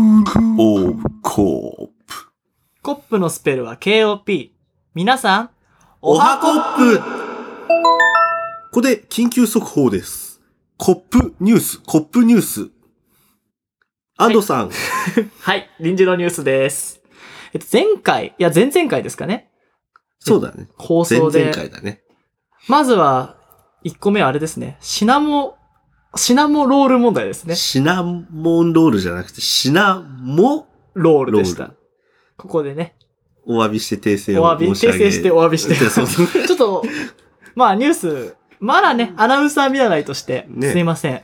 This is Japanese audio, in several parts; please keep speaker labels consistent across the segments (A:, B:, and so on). A: オープコープ。
B: コップのスペルは KOP。皆さん、
A: おはコップここで緊急速報です。コップニュース、コップニュース。安藤さん、
B: はい、臨時のニュースです。えっと、前回、いや、前々回ですかね。
A: そうだね。
B: 放
A: 前
B: 送
A: 々
B: で。
A: 回だね。
B: まずは、1個目はあれですね。シナモ、シナモロール問題ですね。
A: シナモンロールじゃなくて、シナモ
B: ロールでし
A: ロ
B: た。ここでね、
A: お詫びして訂正
B: お詫
A: を
B: び、
A: 申し上
B: 訂
A: げ
B: 正してお詫びして。
A: そうそうそう
B: ちょっと、まあニュース、まだね、アナウンサー見習いとして、
A: ね
B: すいません。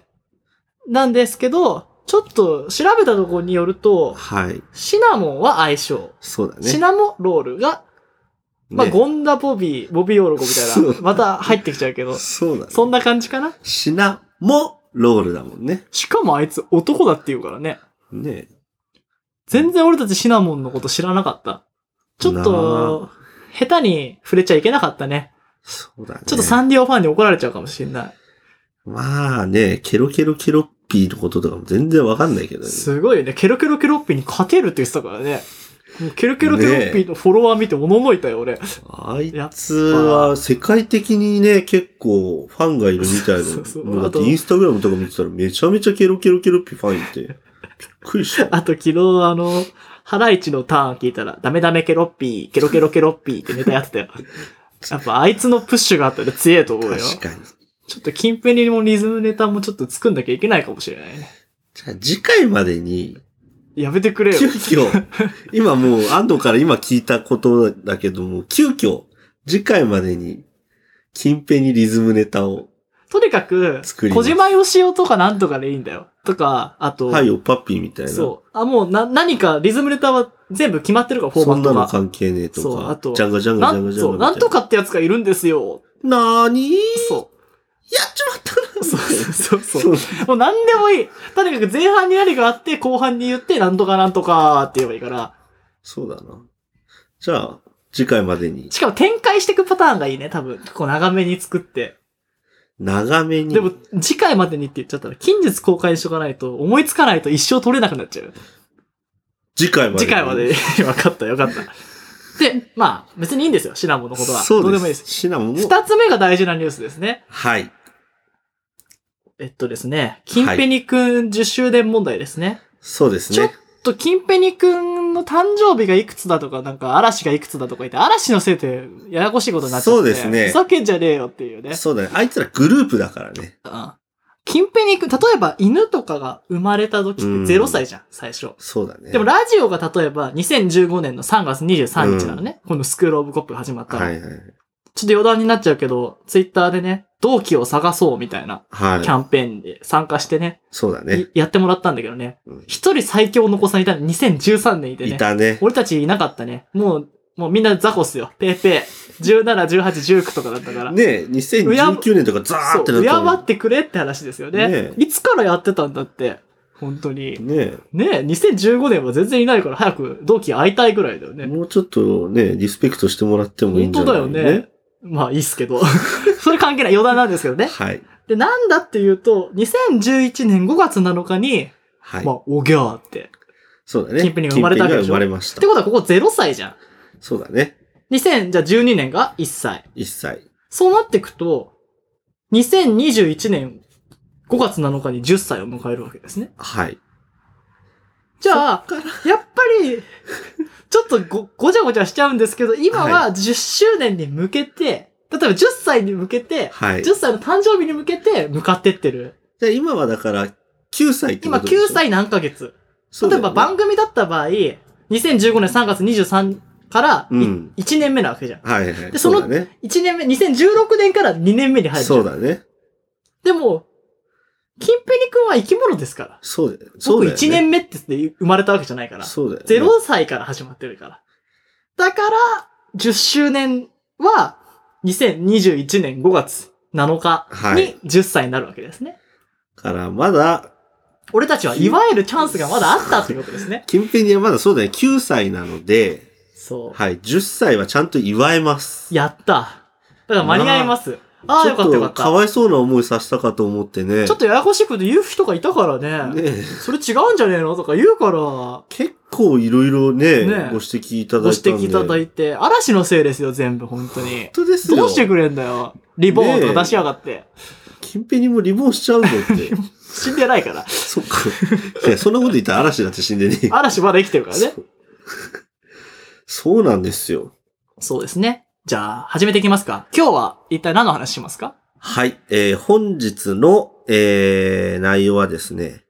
B: なんですけど、ちょっと調べたところによると、
A: はい。
B: シナモンは相性。
A: そうだね。
B: シナモロールが、まあ、
A: ね
B: ゴンダボビー、ボビーヨーロコみたい
A: そ
B: な、
A: う
B: また入ってきちゃうけど、
A: そうだね。
B: そんな感じかな。
A: シナモロールだもんね。
B: しかもあいつ男だって言うからね。
A: ね
B: 全然俺たちシナモンのこと知らなかった。ちょっと、下手に触れちゃいけなかったね。
A: そうだね。
B: ちょっとサンディオファンに怒られちゃうかもしれない。
A: まあね、ケロケロケロッピーのこととかも全然わかんないけどね。
B: すごいよね。ケロケロケロッピーに勝てるって言ってたからね。もうケロケロケロッピーのフォロワー見ておののいたよ、俺。
A: あいつは世界的にね、結構ファンがいるみたいな。
B: そうそう
A: もうだって
B: あと
A: インスタグラムとか見てたらめちゃめちゃケロケロケロッピーファンいて。びっくりした。
B: あと昨日、あの、ハライチのターン聞いたら、ダメダメケロッピー、ケロケロケロッピーってネタやってた よ。やっぱあいつのプッシュがあったら強えと思うよ。
A: 確かに。
B: ちょっと近辺にもリズムネタもちょっと作んなきゃいけないかもしれないね。
A: じゃあ次回までに、
B: やめてくれよ
A: 急。 遽、今もう安藤から今聞いたことだけども、急遽、次回までに、近辺にリズムネタを、
B: とにかく
A: 作、りま
B: 小
A: す
B: 島よしおとかなんとかでいいんだよ。とか、あと、
A: はいよパッピーみたいな。
B: そう。あ、もうな、何かリズムネタは全部決まってるから、フォーマ
A: そん
B: ッ
A: な
B: ト
A: の
B: が。
A: 関係ねえと
B: そう
A: か。
B: あと
A: ジャンガジャンガ
B: な
A: ジャンガ
B: ん
A: ジャンガ
B: そ
A: み
B: う
A: たいな。
B: なんとかってやつがいるんですよ。
A: なーにー
B: そ
A: やっちまった
B: う。
A: な
B: そうそうそう
A: そう
B: もう何でもいい。とにかく前半に何があって、後半に言って、なんとかなんとかって言えばいいから。
A: そうだな。じゃあ、次回までに、
B: しかも展開していくパターンがいいね、多分。こう長めに作って。
A: 長めに。
B: でも、次回までにって言っちゃったら、近日公開しとかないと、思いつかないと一生取れなくなっちゃう。
A: 次回までに。
B: 次回まで。 分かった、よかった。で、まあ、別にいいんですよ、シナモンのことは。
A: そう
B: どう
A: で。
B: ですもいいです。
A: シナモンも。
B: 二つ目が大事なニュースですね。
A: はい。
B: えっとですね、キンペニ君10周年問題ですね。
A: そうです
B: ちょっ
A: ね。
B: と、キンペニ君の誕生日がいくつだとか、なんか、嵐がいくつだとか言って、嵐のせいで、ややこしいことになっちゃって。
A: そうですね
B: ふざけんじゃねえよっていうね。
A: そうだね。あいつらグループだからね。
B: うん。キンペニ君、例えば犬とかが生まれた時って
A: うん
B: 0歳じゃん、最初。
A: そうだね。
B: でも、ラジオが例えば2015年の3月23日なのね。このスクールオブコップが始まったの、
A: はいはい。
B: ちょっと余談になっちゃうけど、ツイッターでね、同期を探そうみたいな
A: は
B: キ
A: い。
B: ャンペーンで参加してね、
A: そうだね
B: い。やってもらったんだけどね
A: うん。
B: 一、人最強の子さんいたの2013年いてね。
A: いたね。
B: 俺たちいなかったね。もう、もうみんなザコスよ。ペーペー。17、18、19とかだったから。
A: ねえ、2019年とかザーって
B: そ
A: な
B: う、
A: っ
B: 敬
A: たもん
B: ってくれって話ですよね。
A: ね
B: いつからやってたんだって。本当に。
A: ね
B: ねえ、2015年は全然いないから早く同期会いたいぐらいだよ
A: え、
B: ね。
A: もうちょっとね、リスペクトしてもらってもいいん
B: 本
A: じゃ
B: 当
A: ない
B: だよね。まあいいっすけど。 それ関係ない。余談なんですけどね。
A: はい。
B: で、なんだっていうと、2011年5月7日に、
A: はい
B: ま。あ、おぎゃーって。
A: そうだね。
B: 近辺に生まれたわけでしょ
A: 近辺には生まれまし
B: ったて。ことはここ0歳じゃ
A: そうだね。
B: ん。2012年が1歳。
A: 1歳。
B: そうなってくと、2021年5月7日に10歳を迎えるわけですね。
A: はい。
B: じゃあ、
A: そっか
B: やっぱり、ちょっとご、ごちゃごちゃしちゃうんですけど、今は10周年に向けて、例えば10歳に向けて、
A: はい。
B: 10歳の誕生日に向けて向かってってる。
A: じゃあ今はだから、9歳ってこ
B: 今
A: とでしょ
B: 9、歳何ヶ月。
A: そうだ
B: 例え
A: よね
B: ば番組だった場合、2015年3月23から
A: うん
B: 1年目なわけじゃん。
A: はいはい。
B: でその
A: そうだね。
B: 1年目、2016年から2年目に入るじゃ
A: そ
B: ん
A: うだね。
B: でも、キンペニ君は生き物ですから。
A: そうだよ。そう
B: 僕
A: だよ、ね。
B: 1年目って言って生まれたわけじゃないから。
A: そうだよ、ね。
B: 0歳から始まってるから。だから、10周年は、2021年5月7日
A: はい
B: に10歳になるわけですね。
A: から、まだ、。
B: 俺たちはいわゆるチャンスがまだあったということですね
A: 近辺にはまだそうだね。9歳なので、
B: そう。
A: はい。10歳はちゃんと祝えます。
B: やった。だから間に合います。ああ、
A: ち
B: よ
A: ょ
B: かったよか
A: っと
B: った。
A: かわいそうな思いさせたかと思ってね。
B: ちょっとややこしいこと言う人がいたからね。
A: ねえ
B: それ違うんじゃねえのとか言うから、
A: 結構いろいろね
B: ね
A: ご指摘いただ
B: ご
A: い
B: 指
A: たんで。
B: 摘いただいて、嵐のせいですよ、全部、本当に
A: 本。当ですよ。
B: どうしてくれんだよ。リボーンとか出しやがって。
A: 近辺にもリボンしちゃうのって。
B: 死んでないから。
A: そっか。いや、そんなこと言ったら嵐だって死んで ねえ。
B: 嵐まだ生きてるからね。
A: そうなんですよ。
B: そうですね。じゃあ、始めていきますか。今日は一体何の話しますか
A: はい。えー本日の、えー内容はですね、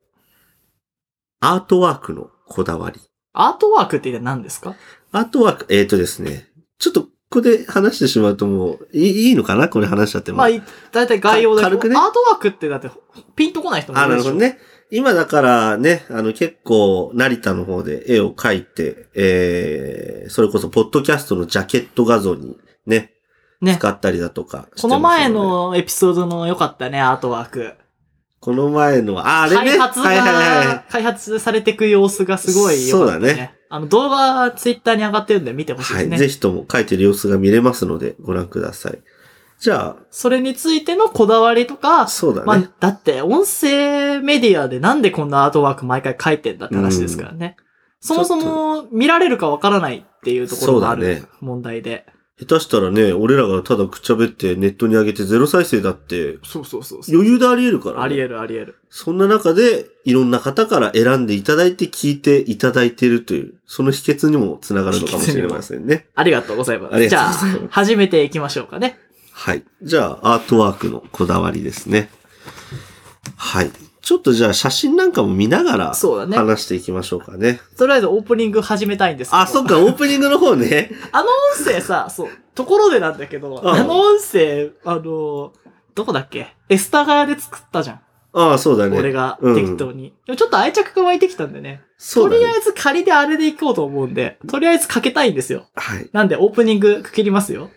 A: アートワークのこだわり。
B: アートワークって一体何ですか
A: アートワーク、えっ、とですね、ちょっとここで話してしまうともう、いいいいのかなこれ話しちゃっても。
B: まあ、い大体概要だけど、
A: か軽くね
B: アートワークってだって、ピンとこない人もい
A: あ、な
B: る
A: る
B: で
A: ほ
B: し
A: ど
B: ょ。
A: ね。今だからね、あの結構、成田の方で絵を描いて、えー、それこそ、ポッドキャストのジャケット画像にね、
B: ね
A: 使ったりだとかしてます
B: こ
A: よね
B: の前、のエピソードの良かったね、アートワーク。
A: この前のは、ああれね。
B: 開発が、
A: はいはいはい。
B: 開発されていく様子がすごい良かった、
A: そ
B: ね。
A: うだね
B: あの、動画、ツイッターに上がってるんで見てほしいで
A: は
B: す
A: い、
B: ね。
A: ぜひとも描いてる様子が見れますので、ご覧ください。じゃ
B: それについてのこだわりとか
A: あ、、そうだね。
B: まあ、だって、音声メディアでなんでこんなアートワーク毎回書いてんだって話ですからね。そもそも見られるかわからないっていうところがあ
A: そうだね
B: る問題で。
A: 下手したらね、俺らがただくっちゃべってネットに上げてゼロ再生だって、
B: そうそうそう
A: 余裕であり得るから、ね。
B: あり得るあり得る。
A: そんな中で、いろんな方から選んでいただいて聞いていただいているという、その秘訣にもつながるのかもしれませんね。
B: ありがとうございま
A: あり
B: す。じ
A: がとうご
B: ゃあ
A: ざいます、
B: 始めていきましょうかね。
A: はい。じゃあ、アートワークのこだわりですね。はい。ちょっとじゃあ、写真なんかも見ながら、
B: そうだね
A: 話していきましょうかね。
B: とりあえずオープニング始めたいんですけど。
A: あ、そっか、オープニングの方 ね。
B: あの音声さ、そう、ところでなんだけど、
A: ん
B: あの音声、あの、どこだっけエスタガヤで作ったじゃん。
A: ああ、そうだね。
B: 俺が
A: うん
B: 適当に。でもちょっと愛着が湧いてきたんでね。
A: そうだ
B: とりあ
A: ね。
B: えず仮であれでいこうと思うんで、とりあえずかけたいんですよ。
A: はい。
B: なんでオープニング区切りますよ。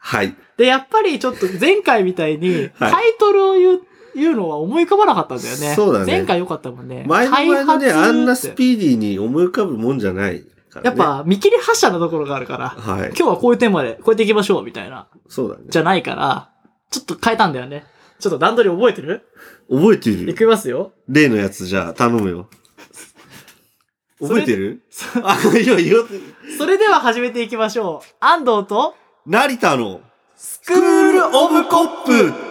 A: はい。
B: で、やっぱりちょっと前回みたいに、
A: はい
B: タイトルを言う、言うのは思い浮かばなかったんだよね。
A: そうだね
B: 前回良かったもんね。
A: 前の前のね、
B: 開発って
A: あんなスピーディーに思い浮かぶもんじゃないから、
B: やっ
A: ね。
B: ぱ見切り発車なところがあるから、
A: はい。
B: 今日はこういうテーマで、こうやっていきましょう、みたいな。
A: そうだね。
B: じゃないから、ちょっと変えたんだよね。ちょっと段取り覚えてる
A: 覚えて
B: い
A: る
B: きますよ。
A: 例のやつじゃあ頼むよ。
B: そ
A: 覚
B: れ
A: えてる
B: そ
A: あ、いや、いや、
B: それでは始めていきましょう。安藤と、
A: 成田の
B: ス
A: クールオブコップ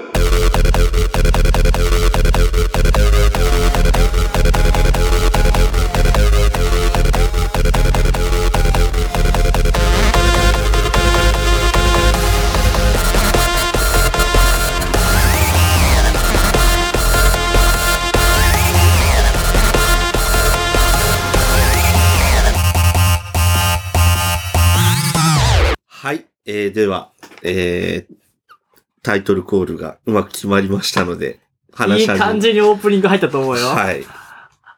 A: はい。えー、では、えー、タイトルコールがうまく決まりましたので、
B: い
A: 話
B: い
A: し始め
B: 感じにオープニング入ったと思うよ。
A: はい。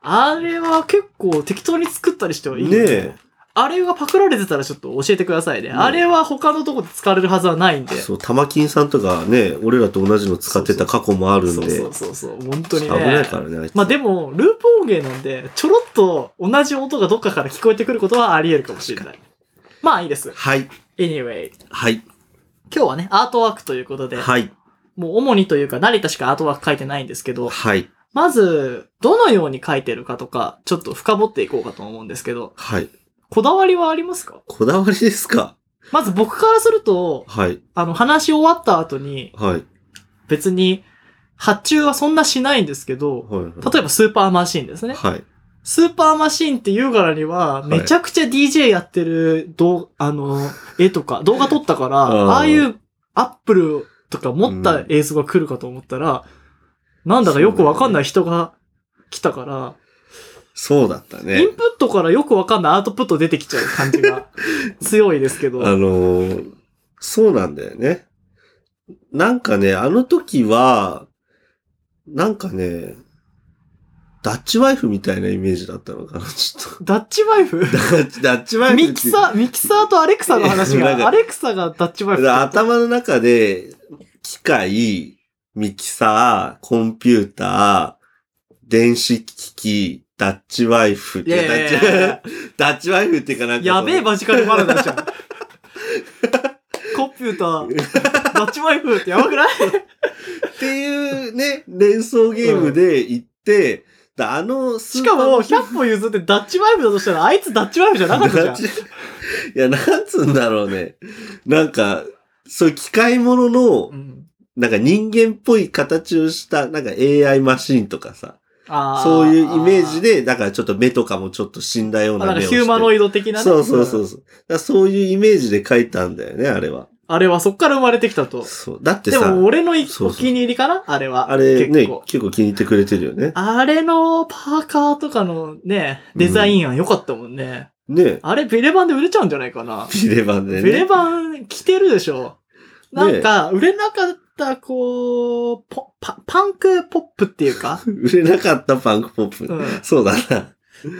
B: あれは結構適当に作ったりしてはいい
A: ね
B: よ
A: え。
B: あれがパクられてたらちょっと教えてくださいね。
A: うん
B: あれは他のとこで使われるはずはないんで。
A: そう、玉金さんとかね、俺らと同じの使ってた過去もあるん
B: そ
A: で、
B: う
A: ち
B: そ
A: ょっ
B: うそうそう。本
A: と
B: 当に
A: 危
B: ね。
A: ないからね、あいつ
B: まあでも、ループ音源なんで、ちょろっと同じ音がどっかから聞こえてくることはあり得るかもしれない。まあいいです。
A: はい。
B: Anyway。
A: はい。
B: 今日はね、アートワークということで、
A: はい。
B: もう主にというか、成田しかアートワーク書いてないんですけど、
A: はい。
B: まず、どのように書いてるかとか、ちょっと深掘っていこうかと思うんですけど、
A: はい。
B: こだわりはありますか
A: こだわりですか
B: まず僕からすると、
A: はい。
B: あの、話し終わった後に、
A: はい。
B: 別に、発注はそんなしないんですけど、
A: はい。
B: 例えばスーパーマシンですね。
A: はい。
B: スーパーマシンって言うからには、
A: い
B: めちゃくちゃ DJ やってる、どう、あの、絵とか、動画撮ったから、
A: あー
B: ああいうアップルとか持った映像が来るかと思ったら、なんだかよくわかんない人が来たから、
A: そうだった
B: イ
A: ね
B: ン。プットからよくわかんないアウトプット出てきちゃう感じが強いですけど。
A: あのーそうなんだよね。なんかね、あの時は、なんかね、ダッチワイフみたいなイメージだったのかな、 ちょっと。
B: ダッチワイフ
A: ダッチダッチワイフっていう
B: ミキサー、ミキサーとアレクサの話
A: なんか
B: が、アレクサがダッチワイフ
A: だ
B: って
A: から
B: 言っ
A: 頭
B: た。
A: の中で、機械、ミキサー、コンピューター、電子機器、ダッチワイフって
B: いやい
A: ダッ
B: やい
A: チ
B: やいや
A: ダッチワイフっていうかなんかその。
B: やべえマジカルバナナじゃん。コッピューター、ダッチワイフってやばくない
A: っていうね、連想ゲームで行って、だあのス
B: し
A: ー
B: か
A: パー
B: も、100歩譲ってダッチワイフだとしたら、あいつダッチワイフじゃなかったじゃん。
A: いや、なんつうんだろうね。なんか、そういう機械ものの
B: う、ん
A: なんか人間っぽい形をした、なんか AI マシンとかさ、
B: あー
A: そういうイメージで、だからちょっと目とかもちょっと死んだような
B: あなん
A: 目
B: か
A: をして
B: ヒューマノイド的なね
A: そうそうそう。そう。だからそういうイメージで書いたんだよね、あれは。
B: あれはそっから生まれてきたと。
A: そう。だって
B: で
A: さ、
B: も俺のい
A: そうそう
B: お気に入りかなあれは。
A: あれね
B: 結構、
A: 結構気に入ってくれてるよね。
B: あれのパーカーとかのね、デザインは良かったもんね。
A: ね
B: あれビレ版で売れちゃうんじゃないかな。
A: ビレバンで
B: ビレ
A: ね。
B: 版着てるでしょ。なんか、売れなかった、こう、ポパパンクポップっていうか、
A: 売れなかったパンクポップ。
B: うん
A: そうだな。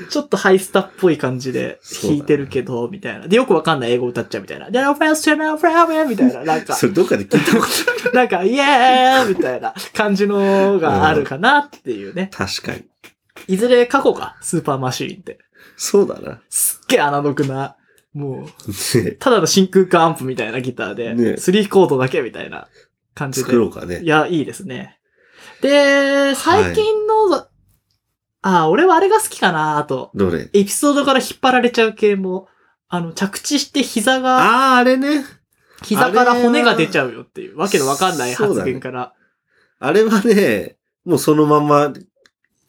B: ちょっとハイスタっぽい感じで
A: そうだ
B: 弾
A: ね
B: いてるけど、みたいな。で、よくわかんない英語歌っちゃうみたいな。で、ファーストナフラーみたいな、なんか。
A: それどっかで聞いたことある。
B: なんか、イエーイみたいな感じのがあるかなっていうね。
A: 確かに。
B: いずれ過去か、スーパーマシーンって。
A: そうだな。
B: すっげえアナログな、もう、
A: ね
B: ただの真空管アンプみたいなギターで、
A: ね
B: スリーコードだけみたいな感じで
A: 作。ろうかね
B: い。や、いいですね。で、最近の、あ、俺はあれが好きかなあと、
A: どれ
B: エピソードから引っ張られちゃう系も、あの、着地して膝が、
A: ああ、あれね。
B: 膝から骨が出ちゃうよっていう、わけのわかんない
A: そう
B: 発
A: だね
B: 言から。
A: あれはね、もうそのまま、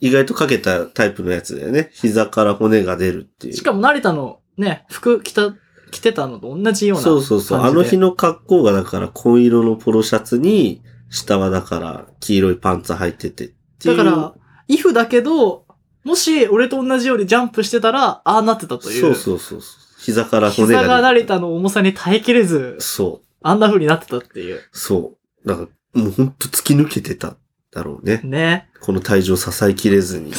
A: 意外とかけたタイプのやつだよね。膝から骨が出るっていう。
B: しかも成田のね、服着た、着てたのと同じような。
A: そうそうそう。
B: 感
A: あ
B: じで
A: の日の格好がだから紺色のポロシャツに、下はだから黄色いパンツ履いててってい
B: だ
A: う。
B: から、イフだけど、もし俺と同じようにジャンプしてたら、ああなってたという。
A: そうそうそうそう。膝から骨が
B: 膝
A: 出る。
B: が成田の重さに耐えきれず、
A: そ
B: あんな風になってたっていう。
A: う、そう。だから、もうほんと突き抜けてただろうね。
B: ね。
A: この体重を支えきれずに。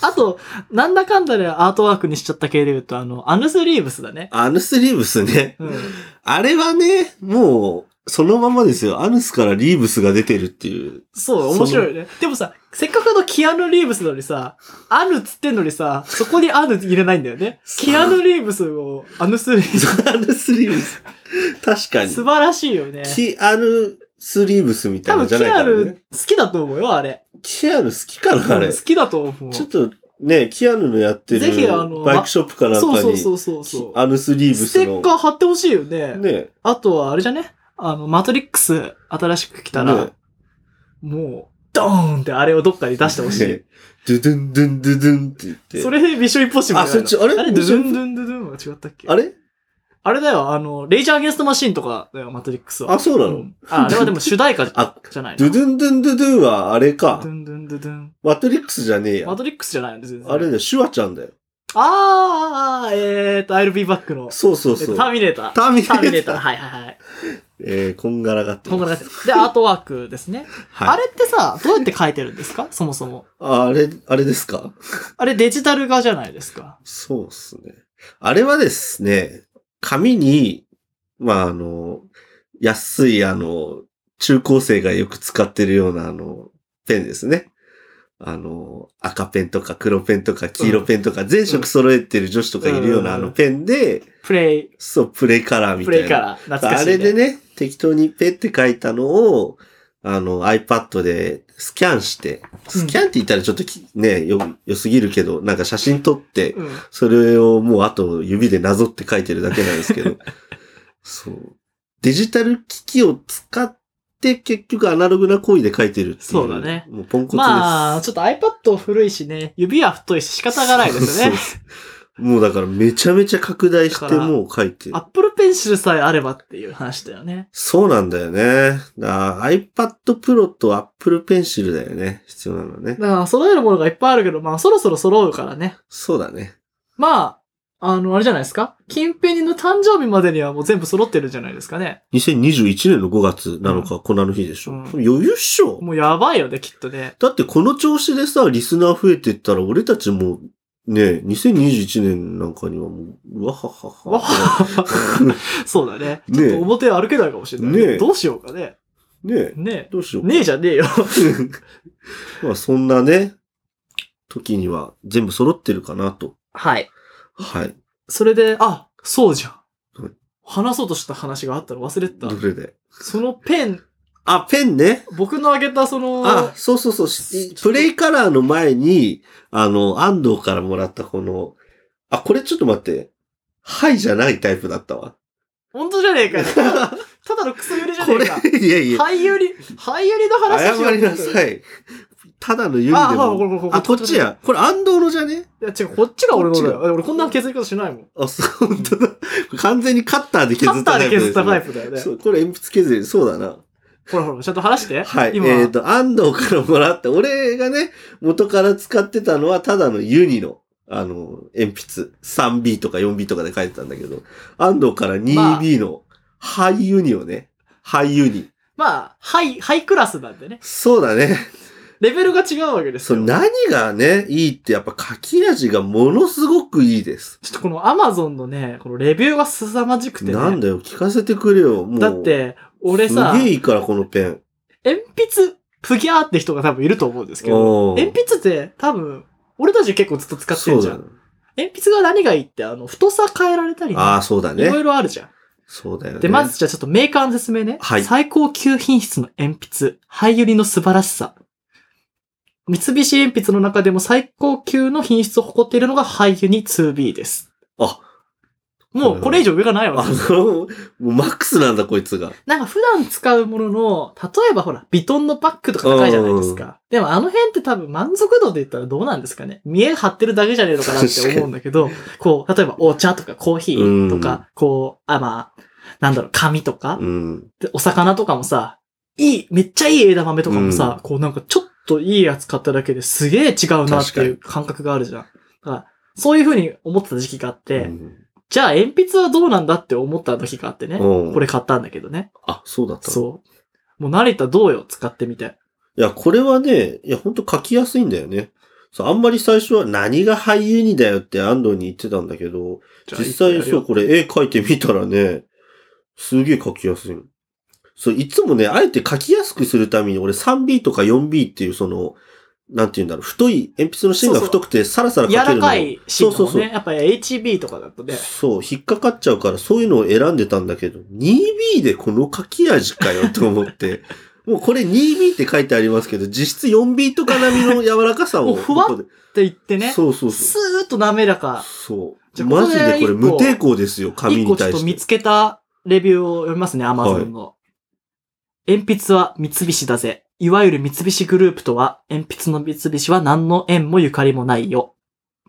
B: あと、なんだかんだでアートワークにしちゃった系で言うと、あの、アヌスリーブスだね。
A: アヌスリーブスね。
B: うん。
A: あれはね、もう、そのままですよ。アヌスからリーブスが出てるっていう。
B: そう、面白いよね。でもさ、せっかくのキアヌ・リーブスなのにさ、アヌっつってんのにさ、そこにアヌ入れないんだよね。
A: そう
B: キアヌ・リーブスをアヌスリーブス。
A: アヌスリーブス。確かに
B: 素。晴らしいよね。
A: キアヌスリーブスみたい
B: 多
A: なの
B: 分
A: じ
B: キ
A: ゃないか
B: ア
A: ら
B: ヌ
A: ね。
B: 好きだと思うよ、あれ。
A: キアヌ好きかなあれ。
B: 好きだと思う。
A: ちょっとね、キアヌのやってる
B: ぜひあの
A: バイクショップかなんかに、
B: そうそうそうそう。
A: アヌスリーブ
B: ス
A: ス
B: テッ
A: の。
B: カー貼ってほしいよね。
A: ね。
B: あとはあれじゃねあの、マトリックス新しく来たら、
A: ね
B: もう、ドーンってあれをどっかに出してほし
A: ね
B: い。
A: ドゥドゥンドゥンドゥドゥンって言って。
B: それでビショイポッシブル
A: あそっちあれ
B: あれ、ドゥドゥンドゥンドゥドゥンは違ったっけ
A: あれ
B: あれだよ、あの、レイジャー・アゲンスト・マシーンとかだよ、マトリックスは。
A: あ、そうなの、
B: うんああれはでも主題歌じゃ
A: あ
B: じゃない
A: ド
B: の
A: ゥドゥンドゥンドゥドゥンはあれ
B: ドゥ
A: か。
B: ンドゥンドゥドゥン。
A: マトリックスじゃねえ
B: マ
A: や。
B: トリックスじゃないの全然。
A: あれだよ、シュワちゃんだよ。
B: あーあー、えーと、I'll be back の。
A: そうそう
B: えっ
A: そ
B: と
A: う。
B: ターミネーター。
A: ターミネーター
B: ターミネーター。はいはいはい。
A: えー、こんがらがって
B: こん
A: ま
B: ぐ
A: す
B: らいです。で、アートワークですね。
A: は
B: あ
A: い。
B: れってさ、どうやって書いてるんですかそもそも。
A: ああれ、あれですか
B: あれデジタル画じゃないですか。
A: そうっすね。あれはですね、紙に、まあ、あの、安い、あの、中高生がよく使ってるような、あの、ペンですね。あの、赤ペンとか黒ペンとか黄色ペンとか、全色揃えてる女子とかいるような、
B: う
A: あ
B: ん
A: のペンで、
B: プレイ、
A: そう、プレイカラーみ
B: プ
A: たいな。
B: レイから懐かし
A: あ
B: い、
A: れ
B: ね。
A: でね、適当にペって書いたのを、あの、iPad でスキャンして、スキャンって言ったらちょっとき、ね、よ、良すぎるけど、なんか写真撮って、
B: うん。
A: それをもうあと指でなぞって書いてるだけなんですけ ど。そう。デジタル機器を使って結局アナログな行為で書いてるっていう。
B: そうだね
A: もうポンコツです。
B: まあ、ちょっと iPad 古いしね、指は太いし仕方がないですよね。
A: そうそうもうだからめちゃめちゃ拡大し
B: だ
A: て
B: から
A: もう書いてる。
B: Apple Pencil さえあればっていう話だよね。
A: そうなんだよね。だ iPad Pro と Apple Pencil だよね。必要なのね。
B: だから揃えるものがいっぱいあるけど、まあそろそろ揃うからね。
A: そうだね。
B: まあ、あの、あれじゃないですか近辺の誕生日までにはもう全部揃ってるんじゃないですかね。
A: 2021年の5月7日、こんなの日でしょ。
B: うん
A: 余裕っしょ。
B: もうやばいよね、きっとね。
A: だってこの調子でさ、リスナー増えてったら、俺たちも、ね、2021年なんかにはもう、うわははは。
B: わはそうだね。
A: ねえ
B: 表歩けないかもしれない。
A: ねえ
B: どうしようかね。
A: ねえ
B: ね
A: どうしよ
B: え。
A: う。
B: ねえじゃねえよ。
A: まあそんなね、時には全部揃ってるかなと。
B: はい。
A: はい。
B: それで、あ、そうじゃん
A: はい。
B: 話そうとした話があったの忘れてた
A: ど。れで。
B: そのペン、
A: あ、ペンね。
B: 僕のあげたその、
A: あ、そうそうそうし。プレイカラーの前に、あの、安藤からもらったこの、あ、これちょっと待って。はいじゃないタイプだったわ。
B: 本当じゃねえかよ。 ただのクソ寄りじゃね
A: こ
B: え
A: れ
B: か。、
A: いやいや、
B: 俳優り、俳優りの話しよう
A: 謝りなさ
B: い。
A: い。ただのユニで
B: あ、あこ
A: も。
B: れこれ
A: あ、こっち。や。これ安藤のじゃね
B: いや違う、こっちが俺のだよ。俺こんな削り方しないもん。
A: あ、そう、本当だ。完全にカッターで
B: カ
A: 削
B: ッ
A: っ
B: タ
A: た
B: ー
A: タイ
B: で
A: プです、
B: 削
A: ね。
B: ったタイプだよね
A: そ。う、これ鉛筆削り、そうだな。
B: ほらほら、ちゃんと話して。
A: はい。
B: 今、
A: えっ、と、安藤からもらって、俺がね、元から使ってたのは、ただのユニの、あの、鉛筆。3B とか 4B とかで書いてたんだけど、安藤から 2B の、ハイユニをね、ハイユニ。
B: まあ、ハイ、ハイクラスなんでね。
A: そうだね。
B: レベルが違うわけです
A: そう、
B: よ。ちょ
A: 何がね、いいって、やっぱ書き味がものすごくいいです。
B: っとこのアマゾンのね、このレビューが凄まじくてね。
A: なんだよ、聞かせてくれよ、もう。
B: だっ、て、俺
A: す
B: さ、
A: げえい
B: 鉛
A: いから、このペン。
B: 筆、プギャーって人が多分いると思うんですけど、
A: おー
B: 鉛筆って多分、俺たち結構ずっと使ってるじゃん。
A: そうだね
B: 鉛筆が何がいいって、あの、太さ変えられたりね、
A: ああ、そうだ
B: いろ
A: ね
B: い。ろあるじゃん。
A: そうだよね。
B: で、まず、じゃあちょっとメーカーの説明ね。
A: はい
B: 最高級品質の鉛筆、灰ユリの素晴らしさ。三菱鉛筆の中でも最高級の品質を誇っているのが灰ユニ 2B です。
A: あ、
B: もうこれ以上上がないわ
A: あ
B: けです。
A: の、もうマックスなんだ、こいつが。
B: なんか普段使うものの、例えばほら、ビトンのバッグとか高いじゃないですか。でもあの辺って多分満足度で言ったらどうなんですかね。見え張ってるだけじゃねえのかなって思うんだけど、こう、例えばお茶とかコーヒーと
A: うん
B: か、こう、あ、まあ、なんだろう、紙とか、
A: うん。
B: で、お魚とかもさ、いい、めっちゃいい枝豆とかもさ、こうなんかちょっといいやつ買っただけですげえ違うなっていう感覚があるじゃん。だから、そういう風に思ってた時期があって、
A: うん
B: じゃあ鉛筆はどうなんだって思った時があってね、
A: うん
B: これ買ったんだけどね。
A: あ、そうだったの
B: そう。もう成田どうよ、使ってみて。
A: いや、これはね、いや、ほんと書きやすいんだよね。そう、あんまり最初は何が俳優にだよって安藤に言ってたんだけど、
B: じゃあ
A: 実際
B: 一個やる
A: そ
B: よ
A: う、これ絵描いてみたらね、すげえ書きやすいの。そう、いつもね、あえて書きやすくするために俺 3B とか 4B っていうその、なんて言うんだろう、太い、鉛筆の芯が太くてサラサラ書
B: 柔
A: けるの。
B: らかいシーンだもんね。
A: そうそう
B: やっぱり HB とかだとね。
A: そう、引っかかっちゃうから、そういうのを選んでたんだけど、2B でこの書き味かよと思って、 もうこれ 2B って書いてありますけど、実質 4B とか並みの柔らかさ を。
B: もうふわっ
A: っ
B: って言ってね。
A: そうそうそ
B: スーッと滑ら
A: う。
B: か。
A: そう。
B: じゃあここで
A: マジでこれ
B: 一個
A: 無抵抗ですよ、紙
B: 一個
A: に
B: ちょ
A: 対
B: っと
A: し
B: 見
A: て。
B: つけたレビューを読みますね、アマゾンの。鉛筆は三菱だぜ。いわゆる三菱グループとは、鉛筆の三菱は何の縁もゆかりもないよ。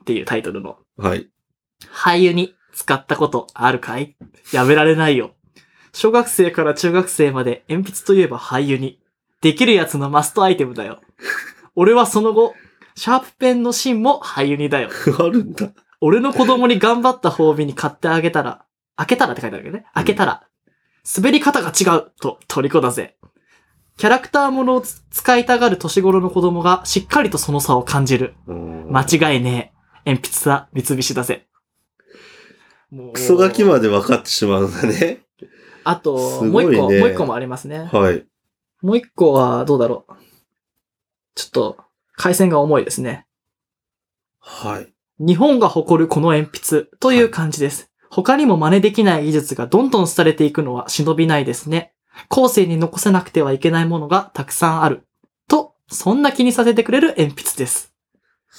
B: っていうタイトルの。
A: はい。
B: 俳優に使ったことあるかいやめられないよ。小学生から中学生まで鉛筆といえば俳優に。できるやつのマストアイテムだよ。俺はその後、シャープペンの芯も俳優にだよ。
A: あるんだ。
B: 俺の子供に頑張った褒美に買ってあげたら、開けたらって書いてあるけどね。開けたら、滑り方が違うと、虜だぜ。キャラクターものをつ使いたがる年頃の子供がしっかりとその差を感じる。間
A: マ
B: 違いねえ。鉛筆は三菱だぜ。もう
A: クソ書きまで分かってしまうんだね。
B: あと、
A: す
B: も
A: ご
B: う
A: いね
B: 一個、もう一個もありますね。
A: はい。
B: もう一個はどうだろう。ちょっと、回線が重いですね。
A: はい。
B: 日本が誇るこの鉛筆という感じです。他にも真似できない技術がどんどん廃れていくのは忍びないですね。後世に残せなくてはいけないものがたくさんある。と、そんな気にさせてくれる鉛筆です。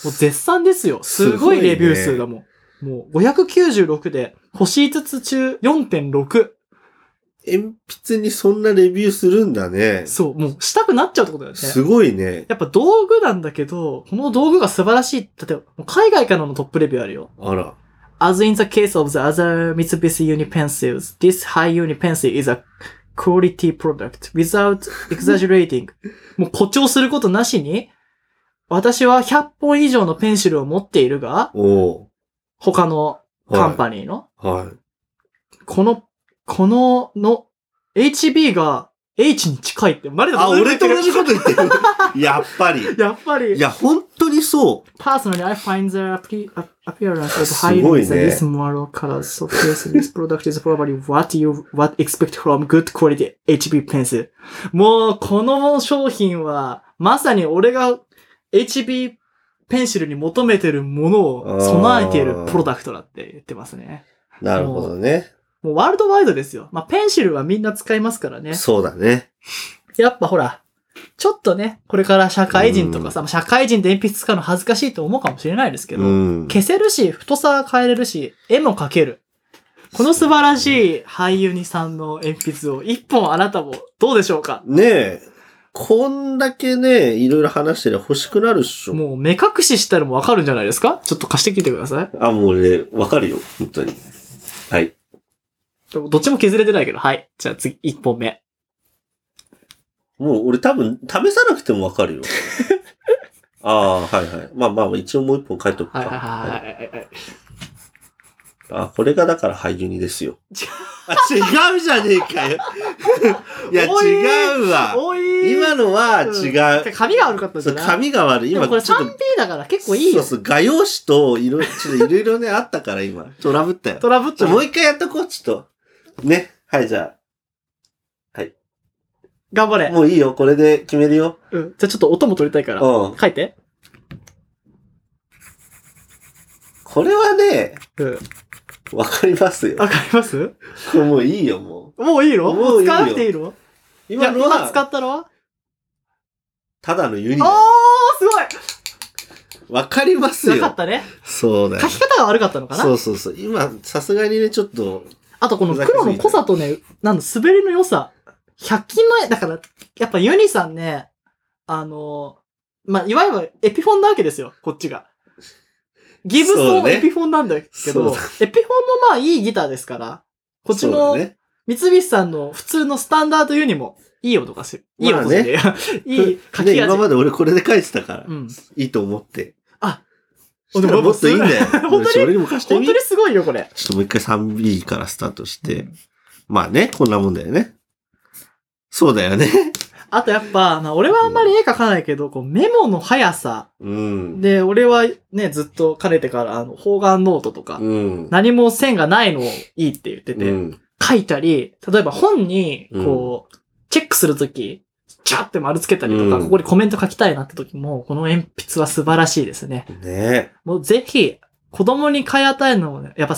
B: もう絶賛ですよ。すごいレビュー数だもん。もう596で、星5つ中4.6。
A: 鉛筆にそんなレビューするんだね。
B: そう、もうしたくなっちゃうってことだよね。
A: すごいね。
B: やっぱ道具なんだけど、この道具が素晴らしい。例えば、もう海外からのトップレビューあるよ。
A: あら。
B: As in the case of the other Mitsubishi Unipencils, this high Unipencil is a quality product without exaggerating. もう誇張することなしに、私は100本以上のペンシルを持っているが、
A: お
B: 他の
A: ー
B: カ
A: は
B: ンパニーの、
A: い。はい。
B: この、この、の、HB が H に近いって、マリナ
A: あ、俺と同じこと
B: と
A: 言ってる。 やっぱり。
B: やっぱり
A: い。や、本当にそう。
B: Personally, I find the appe- a- appearance of
A: す
B: high
A: ご
B: i
A: い
B: s
A: ね
B: this moral color so fierce. This product is probably what you what expect from good quality HB pencil. もう、この商品は、まさに俺が HB ペンシルに求めてるものを備えているプロダクトだって言ってますね。
A: なるほどね。
B: もうワールドワイドですよ。まあ、ペンシルはみんな使いますからね。
A: そうだね。
B: やっぱほら、ちょっとね、これから社会人とかさ、まあ社会人で鉛筆使うの恥ずかしいと思うかもしれないですけど、
A: うん。
B: 消せるし、太さは変えれるし、絵も描ける。この素晴らしい俳優にさんの鉛筆を一本あなたもどうでしょうか
A: ねえ。こんだけね、いろいろ話してりゃ欲しくなるっしょ。
B: もう目隠ししたらもうわかるんじゃないですかちょっと貸してきてください。
A: あ、もうね、わかるよ。本当に。はい。
B: でもどっちも削れてないけど、はい。じゃあ次、一本目。
A: もう俺多分試さなくてもわか るよ。ああ、はいはい。まあまあ、一応もう一本書いとくか。
B: はいはいはいはいはい。
A: あ、これがだから俳優にですよ。あ違うじゃねえか よ。いや、
B: おい
A: 違うわ。
B: おい
A: 今のは違
B: うん
A: う。
B: 髪が悪かったんじ
A: そ
B: ゃ
A: う
B: ない
A: 髪が悪い。
B: で
A: 今
B: もこれ
A: ちょっ
B: 3P
A: と。
B: だから結構いい
A: そ
B: よ
A: う。そう、画用紙と、いろ、ちょっといろいろね、あったから今。トラブったよ。
B: トラブっ
A: ち
B: た
A: ょ、
B: ね
A: もう一回やっとこう、ちょっと。ね。はい、じゃ
B: 頑張
A: あ。
B: れ。
A: もういいよ、これで決めるよ。
B: うん。じゃあちょっと音も取りたいから。
A: うん。
B: 書いて。
A: これはね、
B: うん。
A: わかりますよ。
B: わかります
A: これもういいよ、もう。
B: もういいの
A: も
B: も
A: う
B: う
A: いいよ
B: 使わなくていいのい
A: 今
B: や
A: の
B: 今使
A: は、
B: ったのは
A: ただのユニ
B: お
A: だ
B: ー
A: よ
B: すごい
A: わかります
B: よかっ
A: よ。
B: たね。
A: そうだよ
B: 書。き方が悪かったのか
A: そ
B: な
A: うそうそう。今、さすがにね、ちょっと、
B: あとこの黒の濃さとね、なんだ、滑りの良さ。100均の絵、だから、やっぱユニさんね、あのー、まあ、いわゆるエピフォンなわけですよ、こっちが。ギブ
A: そ
B: ソ
A: う
B: ン
A: ね
B: エピフォンなんだけ
A: そう
B: ど、
A: だ
B: エピフォンもまあいいギターですから、こっち
A: そう
B: の
A: だね。
B: 三菱さんの普通のスタンダードユニも、いい音がする。いい
A: まあ
B: 音
A: ね
B: する。いい書
A: ね、
B: き味
A: 今。まで俺これで書いてたから、
B: うん
A: いいと思って。
B: あ、
A: したらもっといいんだよ。
B: 本当に
A: 俺にも貸して
B: 本
A: み
B: 当にすごいよ、これ。
A: ちょっともう一回 3B からスタートして。まあね、こんなもんだよね。そうだよね。
B: あとやっぱ、まあ、俺はあんまり絵描かないけど、こうメモの速さ。
A: うん。
B: で、俺はね、ずっとかねてから、あの、方眼ノートとか、
A: うん。
B: 何も線がないのをいいって言ってて、
A: うん
B: 書いたり、例えば本に、こう、チェックするとき、チャーって丸つけたりとか、
A: うん
B: ここにコメント書きたいなって時も、この鉛筆は素晴らしいですね。
A: ね
B: もうぜひ、子供に買い与えるのもね、やっぱ、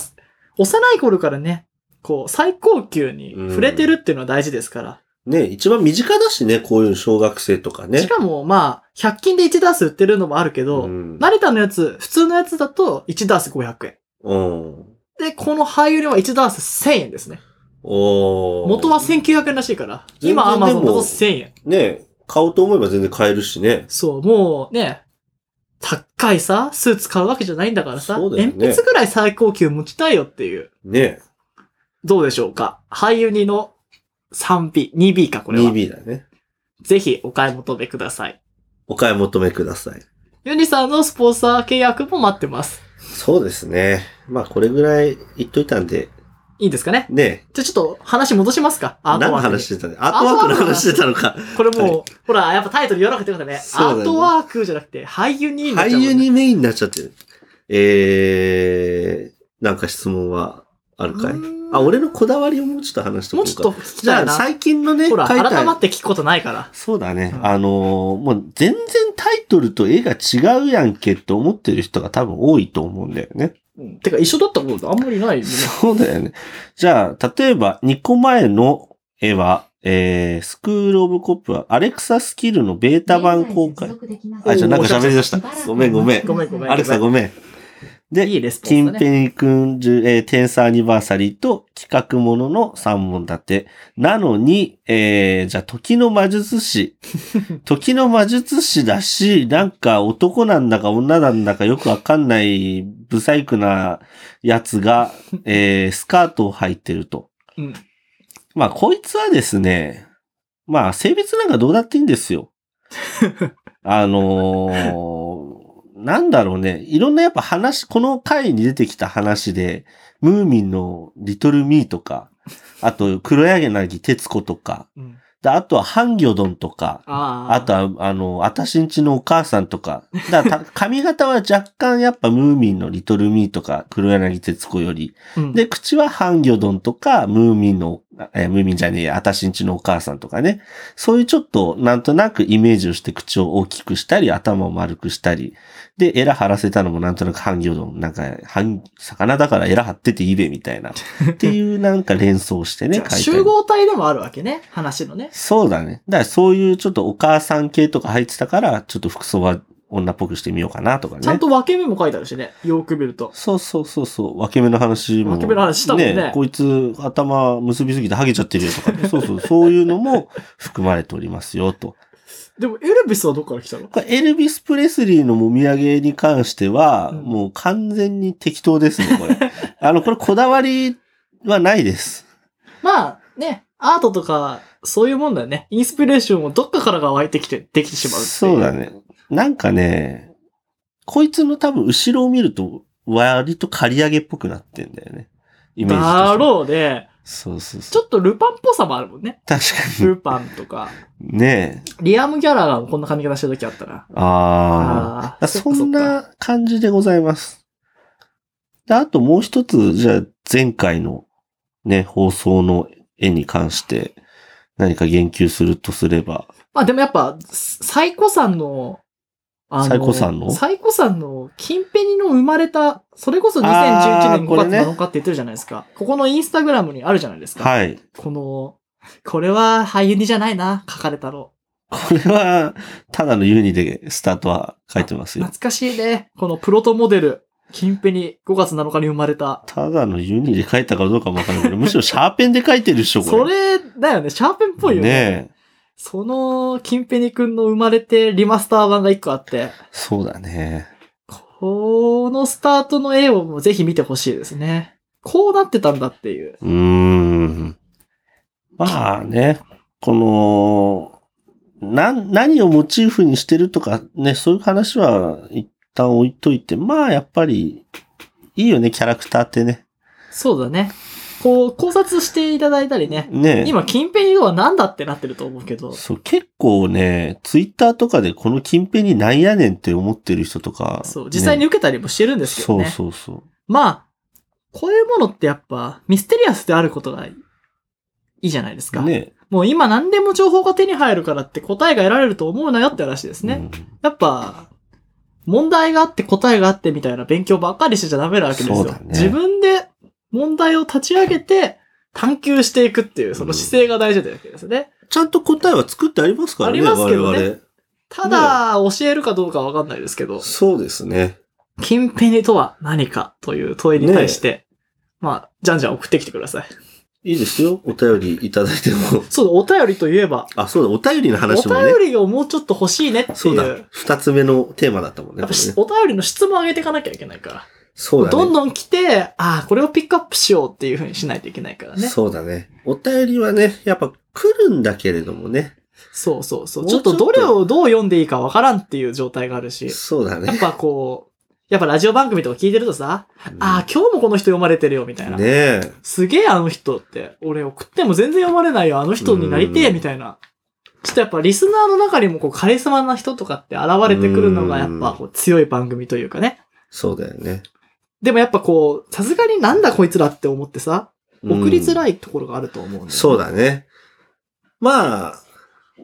B: 幼い頃からね、こう、最高級に触れてるっていうのは大事ですから。
A: ね一番身近だしね、こういう小学生とかね。
B: しかも、まあ、100均で1ダース売ってるのもあるけど、
A: うん。
B: 成田のやつ、普通のやつだと1ダース500円。
A: うん。
B: で、この俳優料は1ダース1000円ですね。
A: おー
B: 元は1900円らしいから。
A: 全然
B: 今アマゾンだ
A: でも
B: と1000円。
A: ね買おうと思えば全然買えるしね。
B: そう、もうね、高いさ、スーツ買うわけじゃないんだからさ、
A: そうだよね
B: 鉛筆ぐらい最高級持ちたいよっていう。
A: ね
B: どうでしょうか俳優2の 3B、2B か、これは。
A: 2B だね。
B: ぜひお買い求めください。
A: お買い求めください。
B: ユニさんのスポンサー契約も待ってます。
A: そうですね。まあ、これぐらい言っといたんで、
B: いいですかね
A: ね
B: じゃあちょっと話戻しますかアー
A: 何
B: ト
A: の
B: ワークに
A: 話してたね。アートワークの話してたのか。
B: これもう、
A: は
B: ほら、やっぱタイトル言わなくてよかったね。
A: そうだ
B: ア
A: ね
B: ートワークじゃなくて、俳優になっちゃ
A: 俳
B: うもんね
A: 優にメインになっちゃってる。えー、なんか質問はあるかいう
B: ーん
A: あ、俺のこだわりをもうちょっと話してお
B: もう
A: こう
B: ち
A: か。
B: ょっと聞き
A: じ
B: た
A: ゃ
B: い
A: あ、
B: な。
A: 最近のね、
B: ほら、
A: 書い
B: 改まったて聞くことないから。
A: そうだね。
B: うん
A: あのーもう全然タイトルと絵が違うやんけって思ってる人が多分多いと思うんだよね。
B: うんてか、一緒だったことあんまりないよね
A: そうだよね。じゃあ、例えば2個前の絵は、えー、スクールオブコップはアレクサスキルのベータ版公開。。あ、じゃあなんか喋り出した。ごめんごめん。
B: ごめん ごめん
A: アレクサごめん。で、
B: いいレスポン
A: 金
B: スだね。
A: ペニ君、じゅえー、テンサーアニバーサリーと企画ものの3本立て。なのに、えー、じゃあ、時の魔術 師。時の魔術師だし、なんか男なんだか女なんだかよくわかんない、不細工なやつ が、えー、スカートを履いてると。
B: うん
A: まあ、こいつはですね、まあ、性別なんかどうだっていいんですよ。あのーなんだろうね。いろんなやっぱ話、この回に出てきた話で、ムーミンのリトルミーとか、あと黒柳徹子とか、
B: うん
A: であとはハンギョドンとか、
B: あ
A: あとは、あの、あたしんちのお母さんとか。だからた髪型は若干やっぱムーミンのリトルミーとか黒柳徹子より。
B: うん、
A: で、口はハンギョドンとかムーミンのえームーミンじゃねえや、あたしんちのお母さんとかね。そういうちょっと、なんとなくイメージをして口を大きくしたり、頭を丸くしたり。で、エラ張らせたのもなんとなく半魚丼。なんか、半、魚だからエラ張ってていいべ、みたいな。っていうなんか連想してね、書
B: じゃ
A: い
B: あ
A: てある
B: 集合体でもあるわけね。話のね。
A: そうだね。だからそういうちょっとお母さん系とか入ってたから、ちょっと服装は女っぽくしてみようかなとかね。
B: ちゃんと分け目も書いてあるしね。よく見ると。
A: そうそうそうそう。分け目の話も。
B: 分け目の話したもんね
A: こいつ頭結びすぎてハゲちゃってるよとか ね。そうそう。そういうのも含まれておりますよと。
B: でも、エルビスはどっから来たの
A: これエルビス・プレスリーのもみあげに関しては、
B: うん
A: もう完全に適当ですね、 これ。あの、これこだわりはないです。
B: まあ、ね、アートとか、そういうもんだよね。インスピレーションをどっかからが湧いてきて、できてしまうってい
A: そうだ。ね。なんかね、こいつの多分後ろを見ると割と刈り上げっぽくなってんだよね。イメージとして
B: だろうね。
A: そうそう
B: ち
A: そう。
B: ょっとルパンっぽさもあるもんね。
A: 確か
B: ルパンとか。
A: に。ねえ。
B: リアム・ギャラがこんな髪型してる時あったな。
A: ああ。
B: あ
A: あ
B: あ、
A: そ
B: っか
A: ん
B: っか。
A: な感じでございます。で、あともう一つ、じゃあ前回のね、放送の絵に関して何か言及するとすれば、
B: まあでもやっぱ、サイコさんの、あ
A: サイコさんの
B: サイコさんの、キンペニの生まれた、それこそ
A: あ
B: 2011
A: ー
B: 年
A: こ
B: 5
A: れ
B: 月
A: ね
B: 7日って言ってるじゃないですか。ここのインスタグラムにあるじゃないですか。
A: はい。
B: この、これは俳優にじゃないな、書かれたの。
A: これは、ただのユニでスタートは書いてますよ。
B: 懐かしいね。このプロトモデル、キンペニ、5月7日に生まれた。
A: ただのユニで書いたかどうかもわからないけど、むしろシャーペンで書いてるでしょ、
B: そ
A: これ。
B: れだよね、シャーペンっぽいよね。
A: ね
B: その、キンペニ君の生まれてリマスター版が1個あって、
A: えそうだね。
B: このスタートの絵をもうぜひ見てほしいですね。こうなってたんだっていう。
A: うーん。まあね、この、な、何をモチーフにしてるとかね、そういう話は一旦置いといて、まあやっぱり、いいよね、キャラクターってね。
B: そうだね。こう、考察していただいたりね。
A: ねえ
B: 今、キンペニは何だってなってると思うけど、
A: そう、結構ね、ツイッターとかでこの近辺になんやねんって思ってる人とか。
B: そう、実際に
A: ね
B: 受けたりもしてるんですけどね。
A: そうそうそう。
B: まあ、こういうものってやっぱ、ミステリアスであることがいいいいじゃないですか。
A: ね
B: もう今何でも情報が手に入るからって答えが得られると思うなよって話ですね。
A: うん
B: やっぱ、問題があって答えがあってみたいな勉強ばっかりしてちゃダメなわけですよ。
A: そうだね
B: 自分で問題を立ち上げて探求していくっていう、その姿勢が大事だわけですね。
A: ちゃんと答えは作ってありますからね、
B: ありますけどね
A: 我々。
B: ただ、教えるかどうかわかんないですけど、
A: そうですね。
B: 近辺にとは何かという問いに対して、まあ、じゃんじゃん送ってきてください。
A: いいですよ、お便りいただいても。
B: そうだ、お便りといえば、
A: あ、そうだ、お便りの話
B: お
A: もね。
B: 便りをもうちょっと欲しいねっていう。
A: そうだ、二つ目のテーマだったもんね。
B: やっぱし
A: これね
B: お便りの質問を上げていかなきゃいけないから。
A: そうだね。
B: どんどん来て、ああ、これをピックアップしようっていうふうにしないといけないからね。
A: そうだね。お便りはね、やっぱ来るんだけれどもね。
B: そうそうそう。
A: もう
B: ち
A: ちょ
B: ょ
A: っ
B: っ
A: と
B: とどれをどう読んでいいかわからんっていう状態があるし、
A: そうだ
B: やっ
A: ね。
B: ぱこう、やっぱラジオ番組とか聞いてるとさ、ああ、今日もこの人読まれてるよみたいな。
A: ねえ。
B: すげえあの人って、俺送っても全然読まれないよ、あの人になりてえ
A: うん
B: みたいな。ちょっとやっぱリスナーの中にもこうカリスマな人とかって現れてくるのがやっぱこう強い番組というかね。
A: そうだよね。
B: でもやっぱこう、さすがになんだこいつらって思ってさ、送りづ
A: い。
B: らいところがあると思うんだよね
A: そうだね。まあ、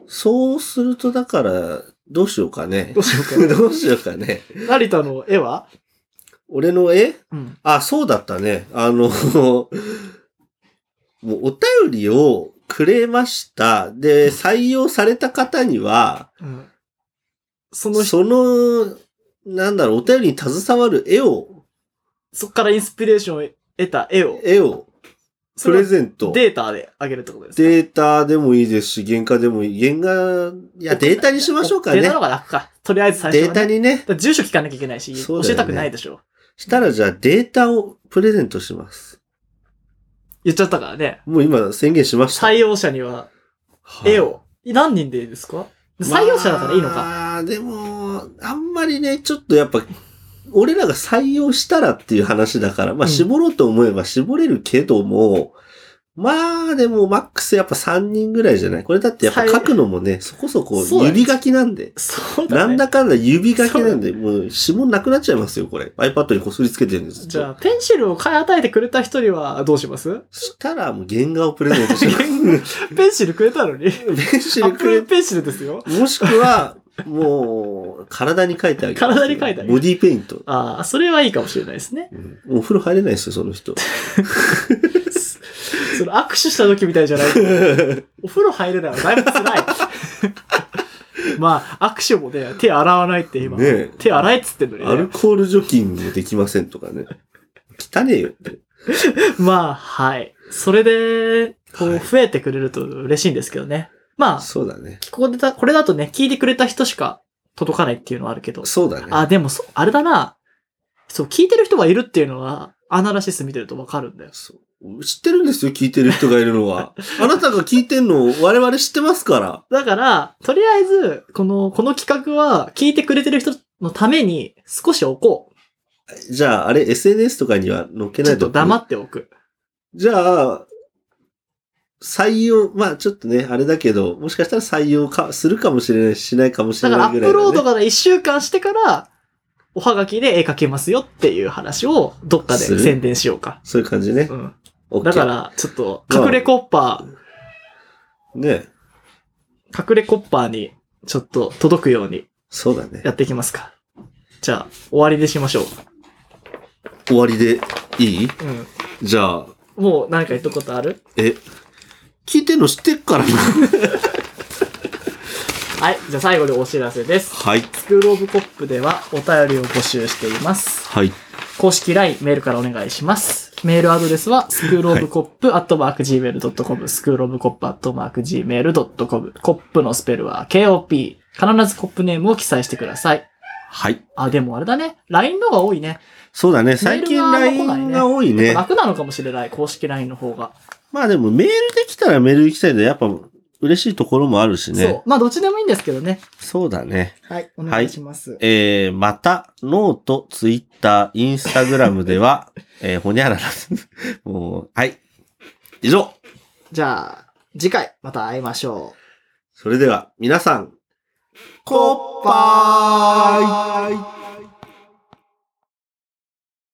A: そうするとだから、どうしようかね
B: ど。うしよう か
A: どうしようかね。
B: な。成田の絵は
A: 俺の絵
B: うん。
A: あ、そうだったね。あの、 もうお便りをくれました。で、採用された方には、
B: うん。その人
A: その、なんだろう、お便りに携わる絵を、
B: そこからインスピレーションを得た絵を、
A: 絵をプレゼント。
B: データであげるってことですか
A: データでもいいですし、原画でもいい。原画、いや、データにしましょうかね
B: デー。タの方が楽か。とりあえず最初
A: デー
B: はね、
A: タにね。
B: だから住所聞かなきゃいけないし、
A: そう
B: 教
A: だよね
B: えたくないでしょ。
A: したらじゃあデータをプレゼントします。
B: 言っちゃったからね。
A: もう今宣言しました。
B: 採用者には
A: はい
B: 絵を。何人でいいですか採用者だからいいのか。
A: まあ、でも、あんまりね、ちょっとやっぱ、俺らが採用したらっていう話だから、まあ
B: うん
A: 絞ろうと思えば絞れるけども、まあ、でも、マックスやっぱ3人ぐらいじゃないこれだってやっぱ
B: はい
A: 書くのもね、そこそこ
B: そうだね
A: 指書きなんで。
B: そうだ、ね。
A: なんだかんだ指書きなんで、もう指紋なくなっちゃいますよ、これ。iPad にこすりつけてるんです
B: じゃ
A: よ。
B: あ、ペンシルを買い与えてくれた人にはどうします
A: したら、もう原画をプレゼントします
B: ペンシルくれたのに。
A: ペンシ
B: ア
A: ル
B: ップ
A: くれ
B: ルペンシルですよ。
A: もしくは、もう、体に書いてあげる。
B: 体に書いてあげる
A: ボディーペイント。
B: ああ、それはいいかもしれないですね。
A: うんお風呂入れないですよ、その人。
B: その握手した時みたい じゃない。お風呂入れないはだいぶ辛 い。まあ、握手もね、手洗わないって今。
A: ねえ
B: 手洗えっつってんの
A: アル
B: にね。
A: コール除菌もできませんとかね。汚ねえよって。
B: まあ、はい。それで、こ
A: は
B: う、
A: い
B: 増えてくれると嬉しいんですけどね。まあ、
A: そうだね。
B: ここでた、これだとね、聞いてくれた人しか届かないっていうのはあるけど。
A: そうだね。
B: あ、でもそ、あれだな。そう、聞いてる人がいるっていうのは、アナラシス見てるとわかるんだよ。
A: そう知ってるんですよ、聞いてる人がいるの は。あなたが聞いてんのを我々知ってますから。
B: だから、とりあえず、この、この企画は、聞いてくれてる人のために、少し置こ
A: じゃあ、あれ、SNS とかには載っけ
B: う。ち
A: な
B: ょっ
A: い
B: と
A: と。
B: 黙っておく。
A: じゃあ、採用、まあちょっとね、あれだけど、もしかしたら採用か、するかもしれない、しないかもし
B: だ
A: れ
B: から、
A: な
B: ア
A: いぐ
B: ッ
A: らい、ね。
B: プロードから一週間してから、おはがきで絵描けますよっていう話を、どっかです
A: る
B: 宣伝しようか。
A: そういう感じね
B: う。ん。
A: OK
B: だか。ら、ちょっと、隠れコッパ
A: ね
B: ー、隠れコッパーに、ちょっと届くように
A: そうだね
B: や。っていきますか。じゃあ、終わりでしましょう。
A: 終わりでいい
B: うん。
A: じゃあ、
B: もう何か言ったことある
A: え、聞いてんの知ってっからな。
B: はい。じゃあ最後でお知らせです。
A: はい。
B: スクールオブコップではお便りを募集しています。
A: はい。
B: 公式 LINE メールからお願いします。メールアドレスは、スクールオブコップアットマーク Gmail.com、スクールオブコップアットマーク Gmail.com、コップのスペルは KOP。必ずコップネームを記載してください。
A: はい。
B: あ、でもあれだね。LINE のが多いね。
A: そうだね。最近
B: メールがあんま来ないね
A: LINE が多いね。
B: 楽なのかもしれない。公式 LINE の方が。
A: まあでもメールできたらメール行きたいんで、やっぱ嬉しいところもあるしね。
B: そう。まあ、どっちでもいいんですけどね。
A: そうだね。
B: はい。お願いします。
A: えー、また、ノート、ツイッター、インスタグラムでは、 えー、ほにゃらら、 もう、はい。以上。
B: じゃあ、次回また会いましょう。
A: それでは、皆さん、コッパーイ